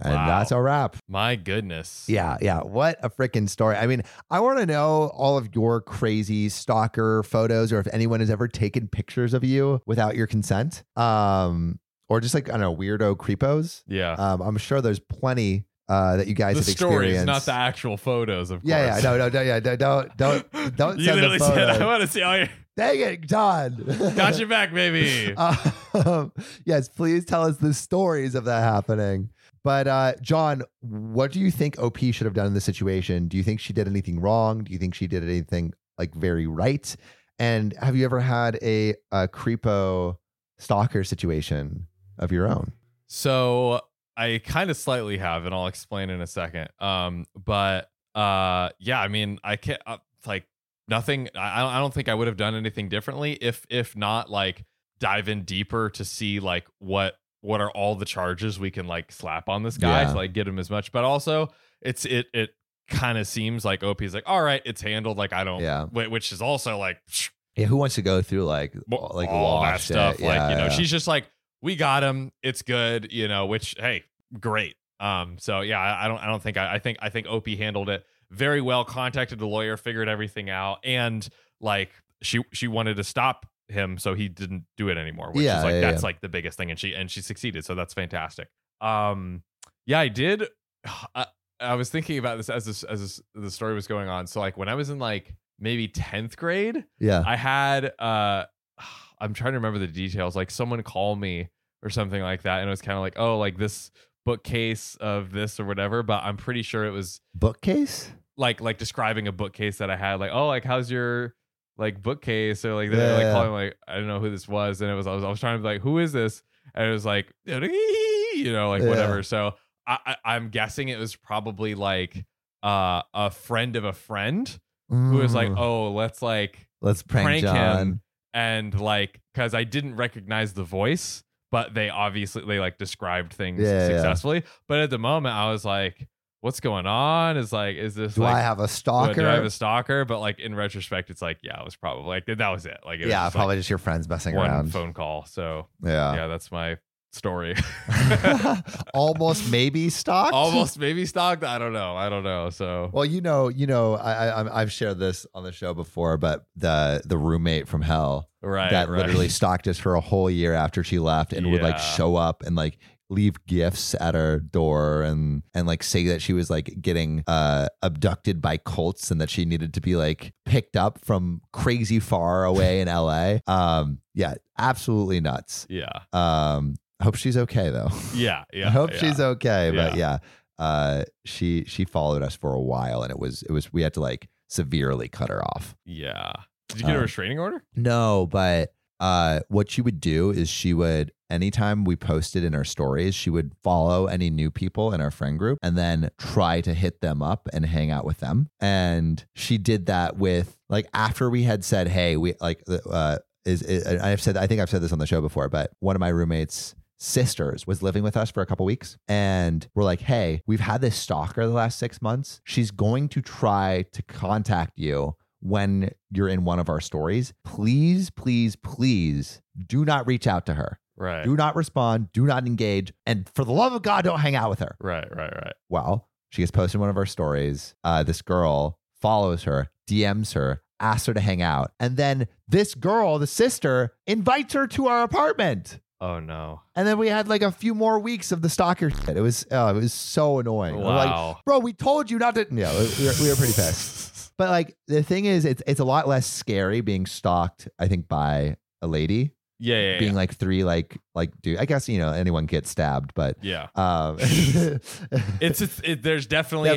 Speaker 1: And
Speaker 2: Wow.
Speaker 1: that's a wrap.
Speaker 2: My goodness.
Speaker 1: Yeah, yeah. What a freaking story. I mean, I want to know all of your crazy stalker photos or if anyone has ever taken pictures of you without your consent. Um, or just like, I don't know, weirdo creepos.
Speaker 2: Yeah.
Speaker 1: Um, I'm sure there's plenty uh, that you guys
Speaker 2: the
Speaker 1: have
Speaker 2: stories,
Speaker 1: experienced.
Speaker 2: not the actual photos, of
Speaker 1: yeah,
Speaker 2: course.
Speaker 1: yeah, no, no, no, yeah, no, don't, don't, don't
Speaker 2: you
Speaker 1: send the
Speaker 2: literally said, "I
Speaker 1: photo.
Speaker 2: want to see all your
Speaker 1: Dang it, Don.
Speaker 2: got your back, baby."
Speaker 1: Um, yes, please tell us the stories of that happening. But uh, John, what do you think OP should have done in this situation? Do you think she did anything wrong? Do you think she did anything like very right? And have you ever had a, a creepo stalker situation of your own?
Speaker 2: So I kind of slightly have, and I'll explain in a second. Um, but uh, yeah, I mean, I can't uh, like nothing. I I don't- I don't think I would have done anything differently if if not like dive in deeper to see like what what are all the charges we can like slap on this guy
Speaker 1: Yeah.
Speaker 2: to like get him as much. But also, it's it it kind of seems like OP is like, all right, it's handled. Like I don't,
Speaker 1: Yeah.
Speaker 2: whi- which is also like. psh,
Speaker 1: Yeah, who wants to go through like
Speaker 2: well,
Speaker 1: like
Speaker 2: all that
Speaker 1: wash
Speaker 2: stuff.
Speaker 1: it?
Speaker 2: Like,
Speaker 1: Yeah,
Speaker 2: you know,
Speaker 1: yeah.
Speaker 2: she's just like, we got him. It's good, you know, which hey, great. Um, so yeah, I, I don't I don't think I, I think I think OP handled it very well, contacted the lawyer, figured everything out, and like she she wanted to stop him, so he didn't do it anymore, which
Speaker 1: Yeah,
Speaker 2: is like
Speaker 1: yeah,
Speaker 2: that's
Speaker 1: yeah.
Speaker 2: like the biggest thing. And she and she succeeded, so that's fantastic. Um yeah, I did I, I was thinking about this as this as this, the story was going on. So like when I was in like maybe 10th grade,
Speaker 1: yeah.
Speaker 2: I had uh I'm trying to remember the details. Like someone called me or something like that, and it was kind of like, oh, like this bookcase of this or whatever. But I'm pretty sure it was
Speaker 1: Bookcase?
Speaker 2: like like describing a bookcase that I had, like, oh, like how's your like bookcase? Or like they
Speaker 1: Yeah,
Speaker 2: were
Speaker 1: yeah.
Speaker 2: like calling like I don't know who this was. And it was I was I was trying to be like, who is this? And it was like, you know, like
Speaker 1: Yeah.
Speaker 2: whatever. So I, I I'm guessing it was probably like uh a friend of a friend who was like,
Speaker 1: Mm,
Speaker 2: oh, let's like
Speaker 1: let's prank,
Speaker 2: prank him.
Speaker 1: John.
Speaker 2: and like because i didn't recognize the voice but they obviously they like described things
Speaker 1: Yeah, yeah.
Speaker 2: successfully but at the moment i was like what's going on is like is this
Speaker 1: Do
Speaker 2: like
Speaker 1: I have a
Speaker 2: what,
Speaker 1: stalker?
Speaker 2: do i have a stalker but like in retrospect it's like yeah it was probably like that was it like it was
Speaker 1: yeah,
Speaker 2: just,
Speaker 1: probably just your friends messing
Speaker 2: like, one
Speaker 1: around. Oh.
Speaker 2: phone call so
Speaker 1: Yeah.
Speaker 2: yeah that's my story
Speaker 1: almost maybe stocked.
Speaker 2: almost maybe stalked i don't know i don't know so
Speaker 1: Well, you know, you know, I, I I'm- I've shared this on the show before, but the the roommate from hell
Speaker 2: right
Speaker 1: that
Speaker 2: right.
Speaker 1: literally stalked us for a whole year after she left, and would like
Speaker 2: Yeah.
Speaker 1: show up and like leave gifts at our door and and like say that she was like getting uh abducted by cults and that she needed to be like picked up from crazy far away in LA. Um, yeah, absolutely nuts.
Speaker 2: yeah
Speaker 1: Um, hope she's okay though.
Speaker 2: yeah yeah
Speaker 1: I hope
Speaker 2: yeah.
Speaker 1: she's okay. But yeah, uh, she she followed us for a while, and it was it was we had to like severely cut her off.
Speaker 2: yeah did you get a
Speaker 1: Um,
Speaker 2: restraining order
Speaker 1: No, but uh, what she would do is she would anytime we posted in our stories, she would follow any new people in our friend group and then try to hit them up and hang out with them. And she did that with like after we had said, "Hey, we like." Uh, is, is I've said I think I've said this on the show before, but one of my roommates sisters was living with us for a couple weeks and we're like hey we've had this stalker the last six months she's going to try to contact you when you're in one of our stories please please please do not reach out to her
Speaker 2: right
Speaker 1: do not respond do not engage and for the love of god don't hang out with her
Speaker 2: right right right
Speaker 1: well she gets posted in one of our stories uh, this girl follows her dms her asks her to hang out and then this girl the sister invites her to our apartment
Speaker 2: oh no
Speaker 1: and then we had like a few more weeks of the stalker shit. It was oh, it was so annoying. We're Like,
Speaker 2: wow
Speaker 1: bro, we told you not to. Yeah, we were, we were pretty pissed. But like the thing is, it's it's a lot less scary being stalked. I think by a lady
Speaker 2: Yeah, yeah,
Speaker 1: being like three like like dude. I guess you know anyone gets stabbed, but
Speaker 2: yeah.
Speaker 1: um,
Speaker 2: It's, it's it, there's definitely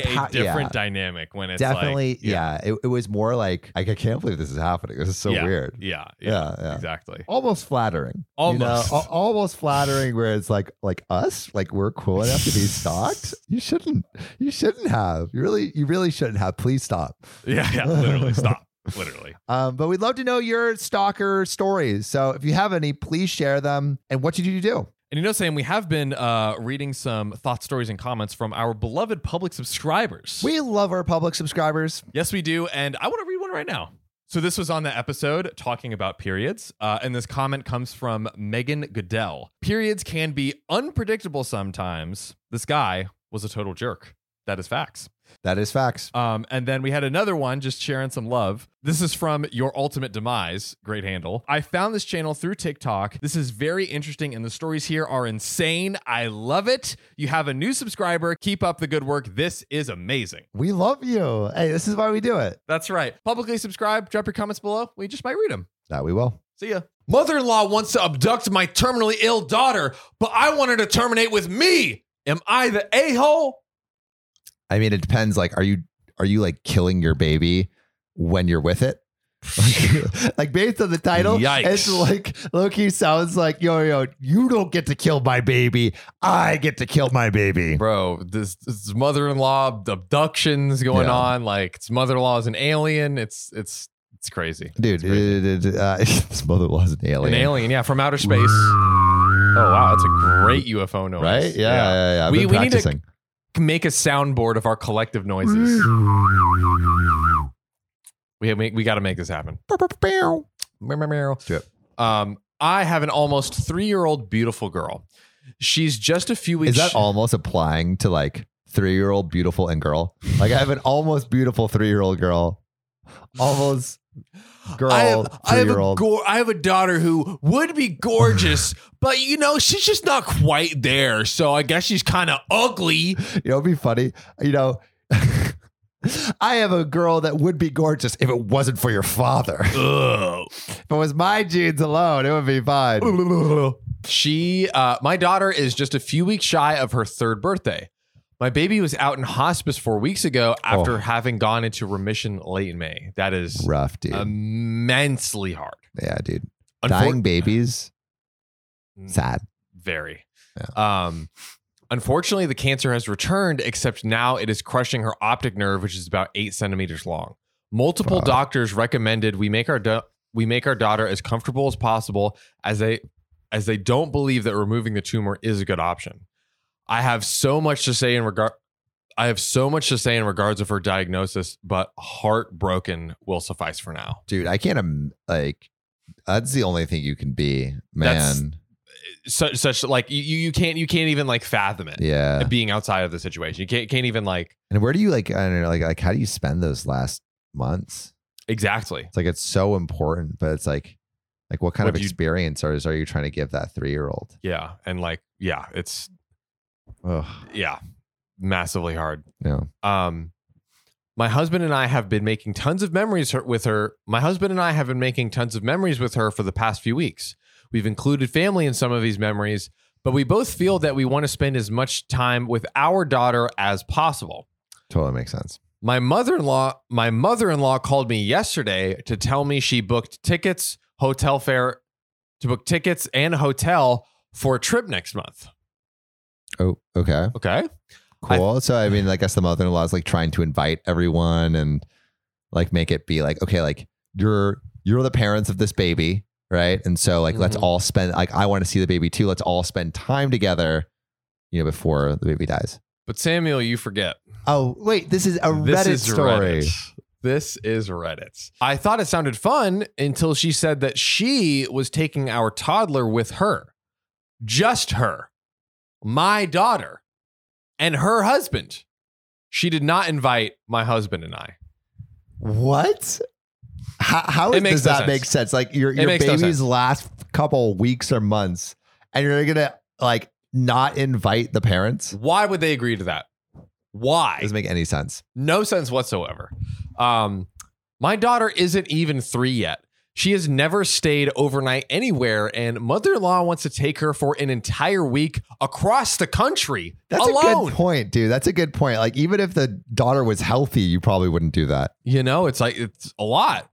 Speaker 1: The pa-
Speaker 2: a different
Speaker 1: yeah.
Speaker 2: dynamic when it's
Speaker 1: definitely
Speaker 2: like,
Speaker 1: yeah. It, it was more like like I can't believe this is happening. This is so
Speaker 2: Yeah.
Speaker 1: weird.
Speaker 2: yeah, yeah,
Speaker 1: Yeah, yeah.
Speaker 2: exactly.
Speaker 1: Almost flattering,
Speaker 2: Almost.
Speaker 1: you know? Al- almost flattering. Where it's like, like us, like we're cool enough to be stalked. You shouldn't, you shouldn't have. You really, you really shouldn't have. Please stop.
Speaker 2: Yeah, yeah, literally stop, literally.
Speaker 1: Um, but we'd love to know your stalker stories. So if you have any, please share them. And what did you do?
Speaker 2: And you know, Sam, we have been uh, reading some thought stories and comments from our beloved public subscribers.
Speaker 1: We love our public subscribers.
Speaker 2: yes, we do, and I want to read one right now. So this was on the episode talking about periods, uh, and this comment comes from Megan Goodell. Periods can be unpredictable sometimes. This guy was a total jerk. That is facts.
Speaker 1: That is facts.
Speaker 2: Um, and then we had another one just sharing some love. This is from Your Ultimate Demise. Great handle. I found this channel through TikTok. This is very interesting, and the stories here are insane. I love it. You have a new subscriber. Keep up the good work. This is amazing.
Speaker 1: We love you. Hey, this is why we do it.
Speaker 2: That's right. Publicly subscribe. Drop your comments below. We just might read them.
Speaker 1: That we will.
Speaker 2: See ya. Mother in law wants to abduct my terminally ill daughter, but I want her to terminate with me. Am I the a hole?
Speaker 1: I mean, it depends. Like, are you are you like killing your baby when you're with it? like based on the title,
Speaker 2: Yikes.
Speaker 1: it's like Loki sounds like yo yo. You don't get to kill my baby. I get to kill my baby.
Speaker 2: bro this, this mother-in-law abductions going
Speaker 1: Yeah.
Speaker 2: on like it's mother-in-law is an alien it's it's it's crazy
Speaker 1: Dude, uh, uh, his mother was an alien.
Speaker 2: an alien yeah from outer space oh wow that's a great ufo noise
Speaker 1: right? Yeah, yeah, yeah. I've
Speaker 2: We-
Speaker 1: been
Speaker 2: we need to-
Speaker 1: practicing.
Speaker 2: make a soundboard of our collective noises we we, we got to make this happen Meow, meow, meow.
Speaker 1: Do it.
Speaker 2: um i have an almost three-year-old beautiful girl she's just a few
Speaker 1: Is
Speaker 2: weeks
Speaker 1: that almost applying to like three year old beautiful and girl? Like I have an almost beautiful three year old girl, almost girl
Speaker 2: I have, I,
Speaker 1: three
Speaker 2: have
Speaker 1: year
Speaker 2: a
Speaker 1: old.
Speaker 2: gor- I have a daughter who would be gorgeous, but you know, she's just not quite there. So I guess she's kind of ugly.
Speaker 1: you know, it'd be funny. You know, I have a girl that would be gorgeous if it wasn't for your father.
Speaker 2: Ugh.
Speaker 1: if it was my genes alone, it would be fine.
Speaker 2: She, uh, my daughter is just a few weeks shy of her third birthday. My baby was out in hospice four weeks ago after
Speaker 1: Oh.
Speaker 2: having gone into remission late in May. That is
Speaker 1: Rough, dude.
Speaker 2: immensely hard.
Speaker 1: yeah, dude.
Speaker 2: Um, Unfor- Mm,
Speaker 1: Dying babies, sad.
Speaker 2: very. Um, unfortunately, the cancer has returned, except now it is crushing her optic nerve, which is about eight centimeters long. Multiple
Speaker 1: Fuck.
Speaker 2: doctors recommended we make our da- we make our daughter as comfortable as possible, as they as they don't believe that removing the tumor is a good option. I have so much to say in regard. I have so much to say in regards of her diagnosis, but heartbroken will suffice for now.
Speaker 1: Dude, I can't, im- like, that's the only thing you can be,
Speaker 2: That's-
Speaker 1: man.
Speaker 2: Such, such like you, you you can't you can't even like fathom it
Speaker 1: yeah.
Speaker 2: being outside of the situation. You can't can't even like
Speaker 1: And where do you like? I don't know. Like, like how do you spend those last months?
Speaker 2: Exactly.
Speaker 1: It's like it's so important, but it's like, like what kind
Speaker 2: What
Speaker 1: of
Speaker 2: do you-
Speaker 1: experience are are you trying to give that three year old?
Speaker 2: Yeah. And like, yeah, it's
Speaker 1: Oh
Speaker 2: yeah, massively hard.
Speaker 1: no,
Speaker 2: Um my husband and I have been making tons of memories her- with her. My husband and I have been making tons of memories with her for the past few weeks. We've included family in some of these memories, but we both feel that we want to spend as much time with our daughter as possible.
Speaker 1: totally makes sense.
Speaker 2: My mother-in-law, my mother-in-law called me yesterday to tell me she booked tickets, hotel fare, to book tickets and hotel for a trip next month.
Speaker 1: Oh, okay,
Speaker 2: Okay. I-
Speaker 1: cool. so I mean, I guess the mother in law is like trying to invite everyone and like make it be like, okay, like you're you're the parents of this baby, right? And so like let's
Speaker 2: Mhm.
Speaker 1: all spend like I want to see the baby too. Let's all spend time together, you know, before the baby dies.
Speaker 2: But Samuel, you forget.
Speaker 1: Oh wait, this is a
Speaker 2: this
Speaker 1: Reddit
Speaker 2: is
Speaker 1: story.
Speaker 2: Reddit. This is Reddit. I thought it sounded fun until she said that she was taking our toddler with her. Just her. My daughter and her husband. She did not invite my husband and I.
Speaker 1: What? How, how
Speaker 2: It
Speaker 1: is-
Speaker 2: makes
Speaker 1: does
Speaker 2: no
Speaker 1: that
Speaker 2: sense.
Speaker 1: make sense? Like your
Speaker 2: It
Speaker 1: your
Speaker 2: makes no
Speaker 1: baby's
Speaker 2: sense.
Speaker 1: last couple weeks or months, and you're gonna like not invite the parents.
Speaker 2: Why would they agree to that? Why?
Speaker 1: Doesn't make any sense.
Speaker 2: No sense whatsoever. Um, my daughter isn't even three yet. She has never stayed overnight anywhere, and mother in law wants to take her for an entire week across the country
Speaker 1: That's a
Speaker 2: alone.
Speaker 1: good point, dude. That's a good point. Like even if the daughter was healthy, you probably wouldn't do that.
Speaker 2: You know, it's like it's a lot.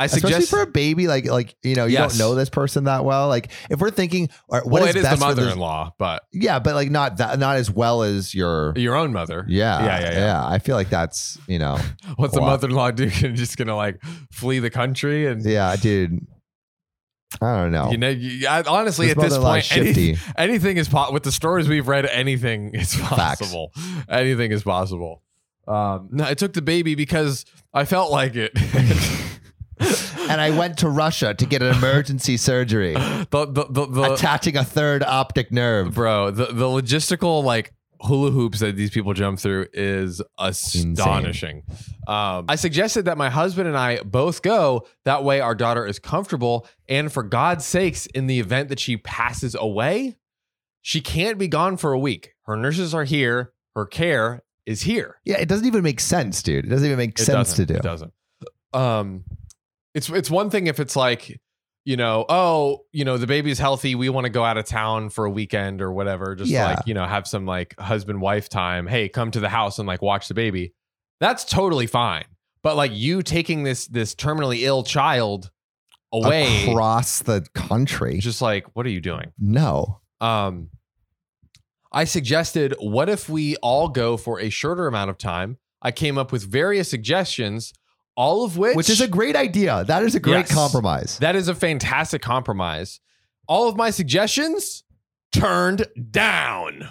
Speaker 2: I
Speaker 1: Especially
Speaker 2: suggest
Speaker 1: for a baby, like like you know, you
Speaker 2: Yes.
Speaker 1: don't know this person that well. Like if we're thinking, all right, what
Speaker 2: well,
Speaker 1: is
Speaker 2: it is the
Speaker 1: best for
Speaker 2: mother
Speaker 1: this?
Speaker 2: in law, but
Speaker 1: Yeah, but like not that, not as well as your.
Speaker 2: your own mother.
Speaker 1: Yeah,
Speaker 2: Yeah, yeah, yeah.
Speaker 1: I feel like that's you know,
Speaker 2: What's the
Speaker 1: Wow.
Speaker 2: mother in law do? You're just gonna like flee the country and
Speaker 1: yeah, dude. I don't know.
Speaker 2: you know, you, I, honestly,
Speaker 1: This
Speaker 2: at this
Speaker 1: mother-in-law is
Speaker 2: point, any-
Speaker 1: shifty.
Speaker 2: anything is po- with the stories we've read anything is
Speaker 1: Facts.
Speaker 2: possible anything is possible um no i took the baby because i felt like it
Speaker 1: and I went to Russia to get an emergency surgery,
Speaker 2: the the the, the
Speaker 1: attaching a third optic nerve.
Speaker 2: bro, the, the logistical like hula hoops that these people jump through is astonishing. Um, I suggested that my husband and I both go. That way, our daughter is comfortable. And for God's sakes, in the event that she passes away, she can't be gone for a week. Her nurses are here. Her care is here.
Speaker 1: Yeah, it doesn't even make sense, dude. It doesn't even make
Speaker 2: It
Speaker 1: sense to
Speaker 2: doesn't.
Speaker 1: do.
Speaker 2: It doesn't. Um, it's it's one thing if it's like, you know, oh, you know, the baby's healthy. We want to go out of town for a weekend or whatever. Just
Speaker 1: Yeah.
Speaker 2: like you know, have some like husband wife time. Hey, come to the house and like watch the baby. That's totally fine. But like you taking this this terminally ill child away,
Speaker 1: across the country.
Speaker 2: just like what are you doing?
Speaker 1: No.
Speaker 2: um, I suggested, what if we all go for a shorter amount of time? I came up with various suggestions, all of which,
Speaker 1: Which is a great idea. That is a great
Speaker 2: Yes.
Speaker 1: compromise.
Speaker 2: that is a fantastic compromise. All of my suggestions turned down.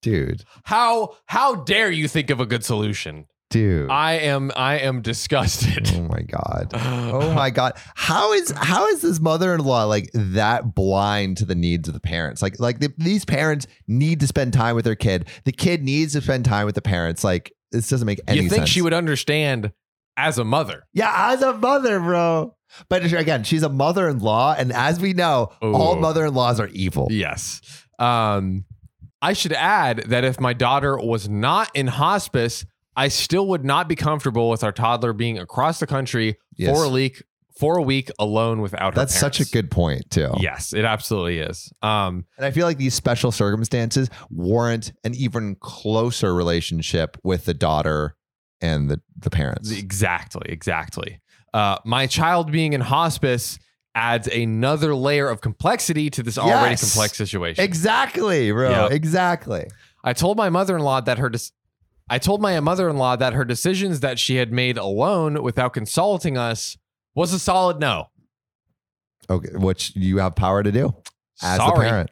Speaker 1: Dude,
Speaker 2: How how dare you think of a good solution?
Speaker 1: dude.
Speaker 2: I am I am
Speaker 1: oh
Speaker 2: disgusted.
Speaker 1: my God. Oh my God. How is how is this mother-in-law like that blind to the needs of the parents? Like like the, these parents need to spend time with their kid. The kid needs to spend time with the parents. Like this doesn't make any
Speaker 2: you think
Speaker 1: sense.
Speaker 2: she would understand as a mother?
Speaker 1: Yeah, as a mother, bro. But again, she's a mother-in-law, and as we know, all
Speaker 2: Ooh.
Speaker 1: mother-in-laws are evil.
Speaker 2: Yes. Um, I should add that if my daughter was not in hospice, I still would not be comfortable with our toddler being across the country
Speaker 1: Yes.
Speaker 2: for a week for a week alone without her.
Speaker 1: That's such a
Speaker 2: parents.
Speaker 1: good point, too.
Speaker 2: Yes, it absolutely is. Um,
Speaker 1: And I feel like these special circumstances warrant an even closer relationship with the daughter and the, the parents.
Speaker 2: exactly, exactly. Uh, my child being in hospice adds another layer of complexity to this already
Speaker 1: Yes.
Speaker 2: complex situation.
Speaker 1: exactly, bro.
Speaker 2: Yep.
Speaker 1: Exactly.
Speaker 2: I told my mother-in-law that her dec- I told my mother-in-law that her decisions that she had made alone without consulting us was a solid no.
Speaker 1: Okay, which you have power to do as the
Speaker 2: Sorry.
Speaker 1: parent.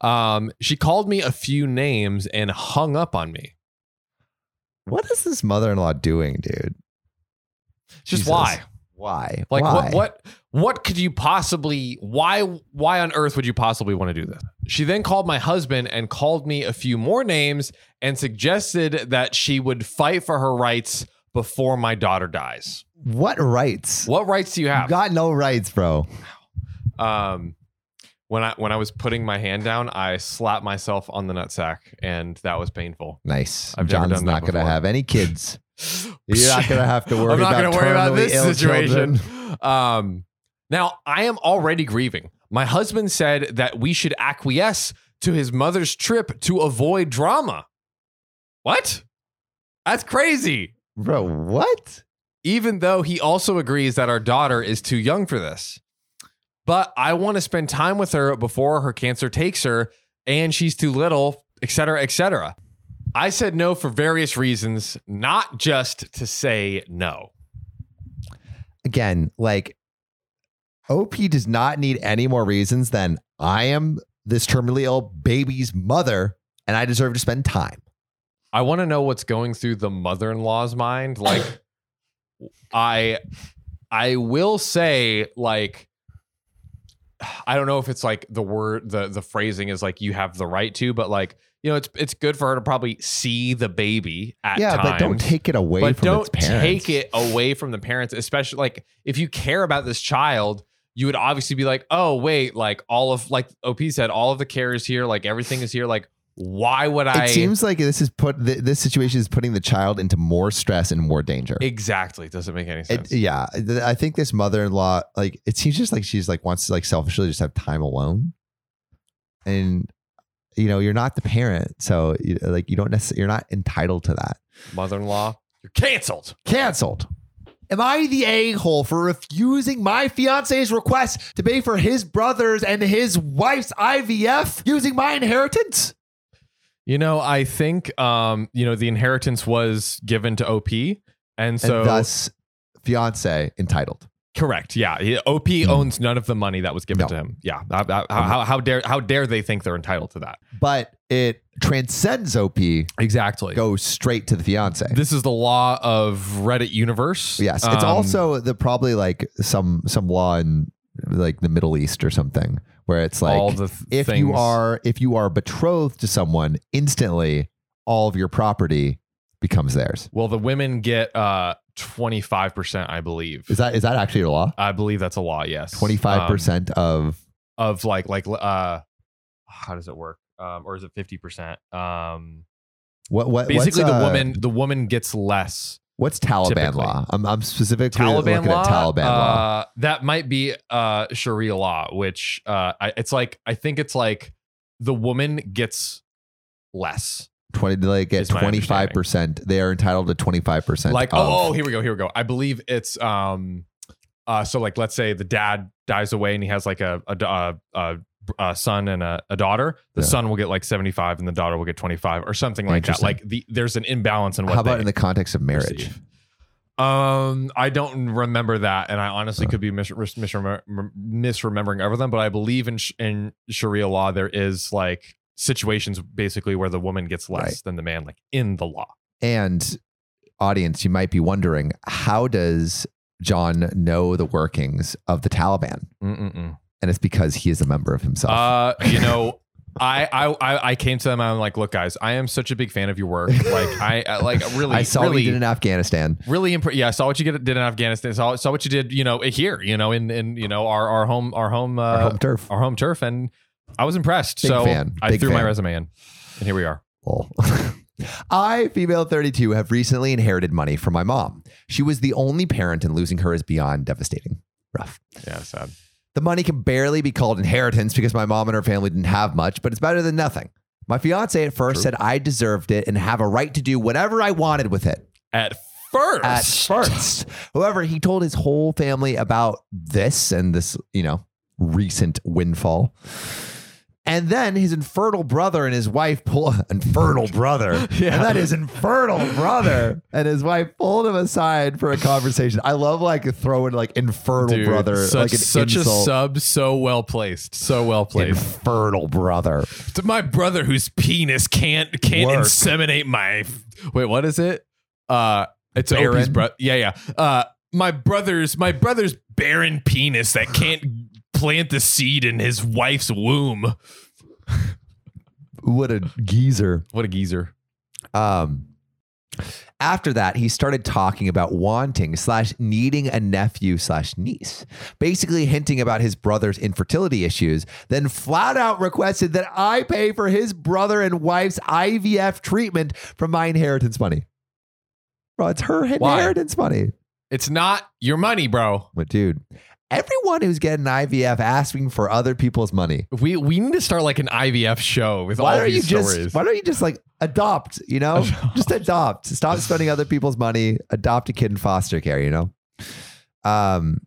Speaker 2: Um, she called me a few names and hung up on me.
Speaker 1: What is this mother-in-law doing, dude?
Speaker 2: Just
Speaker 1: Jesus.
Speaker 2: why?
Speaker 1: Why?
Speaker 2: Like
Speaker 1: why?
Speaker 2: what what what could you possibly why why on earth would you possibly want to do this? She then called my husband and called me a few more names and suggested that she would fight for her rights before my daughter dies.
Speaker 1: What rights?
Speaker 2: What rights do you have?
Speaker 1: You got no rights, bro.
Speaker 2: um when I when I was putting my hand down, I slapped myself on the nutsack, and that was painful.
Speaker 1: Nice.
Speaker 2: I've never
Speaker 1: John's
Speaker 2: done that
Speaker 1: not going to
Speaker 2: before.
Speaker 1: have any kids. You're not going to have to worry
Speaker 2: I'm not
Speaker 1: about
Speaker 2: gonna worry about
Speaker 1: terminally
Speaker 2: this
Speaker 1: ill
Speaker 2: situation.
Speaker 1: children.
Speaker 2: Um, now I am already grieving. My husband said that we should acquiesce to his mother's trip to avoid drama. What? That's crazy.
Speaker 1: Bro, what?
Speaker 2: even though he also agrees that our daughter is too young for this. But I want to spend time with her before her cancer takes her and she's too little, et cetera, et cetera. I said no for various reasons, not just to say no.
Speaker 1: Again, like OP does not need any more reasons than I am this terminally ill baby's mother and I deserve to spend time.
Speaker 2: I want to know what's going through the mother-in-law's mind. Like I I will say like I don't know if it's like the word the the phrasing is like you have the right to, but like you know it's it's good for her to probably see the baby at
Speaker 1: yeah,
Speaker 2: times.
Speaker 1: but don't take it away
Speaker 2: but
Speaker 1: from
Speaker 2: don't
Speaker 1: its parents.
Speaker 2: take it away from the parents, especially like if you care about this child, you would obviously be like, oh wait, like all of like OP said, all of the care is here, like everything is here, like why would I?
Speaker 1: It seems like this is put th- this situation is putting the child into more stress and more danger.
Speaker 2: Exactly. It doesn't make any
Speaker 1: It-
Speaker 2: sense.
Speaker 1: yeah, th- I think this mother-in-law like it seems just like she's like wants to like selfishly just have time alone, and you know you're not the parent, so you, like you don't necessarily you're not entitled to that.
Speaker 2: Mother in law, you're canceled.
Speaker 1: Cancelled. Am I the a-hole for refusing my fiance's request to pay for his brother's and his wife's IVF using my inheritance?
Speaker 2: You know, I think, um, you know, the inheritance was given to OP. And so,
Speaker 1: and thus, fiance entitled.
Speaker 2: Correct. Yeah. He- OP owns none of the money that was given
Speaker 1: Hmm. No.
Speaker 2: to him. Yeah. How, how- how- how dare how dare they think they're entitled to that?
Speaker 1: but it transcends OP,
Speaker 2: Exactly.
Speaker 1: goes straight to the fiance.
Speaker 2: This is the law of Reddit universe.
Speaker 1: yes, it's
Speaker 2: Um,
Speaker 1: also the probably like some some law in like the Middle East or something where it's like
Speaker 2: all the th-
Speaker 1: if
Speaker 2: things.
Speaker 1: you are if you are betrothed to someone, instantly all of your property becomes theirs.
Speaker 2: well, the women get uh twenty five percent, I believe.
Speaker 1: Is that is that actually a law?
Speaker 2: I believe that's a law. Yes,
Speaker 1: Twenty five percent of
Speaker 2: Um, of like like uh, how does it work? Um, or is it fifty percent? Um,
Speaker 1: what what
Speaker 2: basically
Speaker 1: what's,
Speaker 2: the
Speaker 1: uh,
Speaker 2: woman the woman gets less.
Speaker 1: What's Taliban
Speaker 2: Typically.
Speaker 1: law? I'm I'm specifically
Speaker 2: Taliban
Speaker 1: looking
Speaker 2: law.
Speaker 1: at Taliban law.
Speaker 2: Uh, that might be uh Sharia law, which uh, I, it's like I think it's like the woman gets less.
Speaker 1: Twenty they get
Speaker 2: is my
Speaker 1: twenty five percent. They are entitled to twenty five percent.
Speaker 2: like oh, oh, here we go here we go i believe it's um uh so like let's say the dad dies away and he has like a a, da- a, a, a son and a, a daughter the
Speaker 1: Yeah.
Speaker 2: son will get like 75 and the daughter will get 25 or something like that
Speaker 1: Interesting.
Speaker 2: like the there's an imbalance in what
Speaker 1: how about
Speaker 2: they
Speaker 1: in the context of marriage?
Speaker 2: receive. um i don't remember that and i honestly
Speaker 1: Uh.
Speaker 2: could be mis- mis- misremem- misremembering over them but i believe in sh- in sharia law there is like situations basically where the woman gets less
Speaker 1: Right.
Speaker 2: than the man like in the law
Speaker 1: And audience, you might be wondering how does John know the workings of the Taliban?
Speaker 2: Mm-mm-mm.
Speaker 1: And it's because he is a member of himself.
Speaker 2: Uh, you know, I, I I I came to them. I'm like, look, guys, I am such a big fan of your work. Like, I, I like really,
Speaker 1: I saw what
Speaker 2: really,
Speaker 1: he did in Afghanistan.
Speaker 2: really impressed. Yeah, I saw what you did in Afghanistan. Saw saw what you did. You know, here. You know, in in you know our our home our home uh,
Speaker 1: Our home turf.
Speaker 2: our home turf, and I was impressed.
Speaker 1: Big
Speaker 2: so
Speaker 1: fan,
Speaker 2: I
Speaker 1: big
Speaker 2: threw my
Speaker 1: fan.
Speaker 2: resume in, and here we are.
Speaker 1: Lol. I, female 32, have recently inherited money from my mom. She was the only parent, and losing her is beyond devastating. Rough.
Speaker 2: Yeah, sad.
Speaker 1: The money can barely be called inheritance because my mom and her family didn't have much, but it's better than nothing. My fiance at first
Speaker 2: True.
Speaker 1: said I deserved it and have a right to do whatever I wanted with it.
Speaker 2: At first,
Speaker 1: At first. However, he told his whole family about this and this, you know, recent windfall. And then his infernal brother and his wife pull infernal brother.
Speaker 2: Yeah.
Speaker 1: And then his infernal brother and his wife pulled him aside for a conversation. I love like throwing like infernal
Speaker 2: Dude,
Speaker 1: brother
Speaker 2: such,
Speaker 1: like an
Speaker 2: such a
Speaker 1: insult.
Speaker 2: sub, so well placed, so well placed.
Speaker 1: Infernal brother.
Speaker 2: to my brother whose penis can't can't
Speaker 1: Work.
Speaker 2: inseminate my wait what is it uh it's
Speaker 1: Barren?
Speaker 2: Opie's brother yeah yeah uh my brother's my brother's barren penis that can't plant the seed in his wife's womb
Speaker 1: What a geezer.
Speaker 2: what a geezer
Speaker 1: Um, after that, he started talking about wanting slash needing a nephew slash niece, basically hinting about his brother's infertility issues, then flat out requested that I pay for his brother and wife's IVF treatment from my inheritance money. Bro, it's her
Speaker 2: Why?
Speaker 1: inheritance money.
Speaker 2: it's not your money bro
Speaker 1: But dude, everyone who's getting IVF asking for other people's money.
Speaker 2: we we need to start like an IVF show with
Speaker 1: Why
Speaker 2: all
Speaker 1: don't you
Speaker 2: these stories
Speaker 1: just why don't you just like adopt, you know? Just adopt. Stop spending other people's money. Adopt a kid in foster care, you know? Um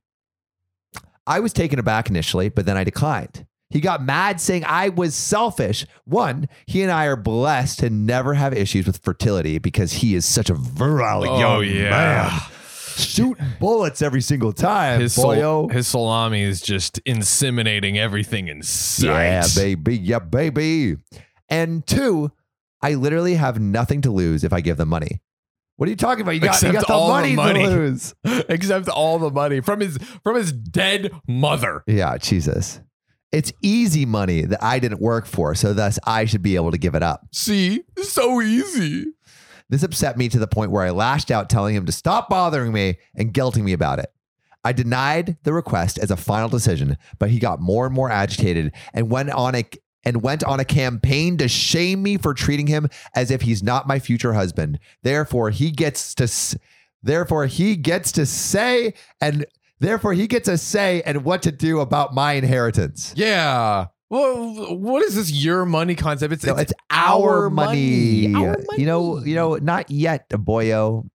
Speaker 1: I was taken aback initially, but then I declined. He got mad saying I was selfish. One, he and I are blessed to never have issues with fertility because he is such a virile
Speaker 2: oh
Speaker 1: young
Speaker 2: yeah
Speaker 1: man. Shooting bullets every single time,
Speaker 2: his,
Speaker 1: boyo.
Speaker 2: sol- his salami is just inseminating everything in sight
Speaker 1: Yeah, baby. Yeah, baby. And two, I literally have nothing to lose if I give them money. What are you talking about? You got, you
Speaker 2: Except
Speaker 1: got the,
Speaker 2: all the
Speaker 1: money
Speaker 2: money.
Speaker 1: to lose.
Speaker 2: except all the money from his from his dead mother.
Speaker 1: Yeah, Jesus. It's easy money that I didn't work for, so thus I should be able to give it up.
Speaker 2: See, so easy.
Speaker 1: This upset me to the point where I lashed out, telling him to stop bothering me and guilting me about it. I denied the request as a final decision, but he got more and more agitated and went on a and went on a campaign to shame me for treating him as if he's not my future husband. Therefore, he gets to s- therefore he gets to say and therefore he gets a say and what to do about my inheritance.
Speaker 2: Yeah. Well, what is this your money concept? It's,
Speaker 1: No, it's our,
Speaker 2: our
Speaker 1: money.
Speaker 2: money. Our
Speaker 1: You know,
Speaker 2: money.
Speaker 1: you know, not yet, boyo.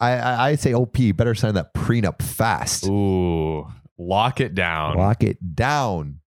Speaker 1: I, I I say OP better sign that prenup fast.
Speaker 2: ooh, lock it down.
Speaker 1: Lock it down.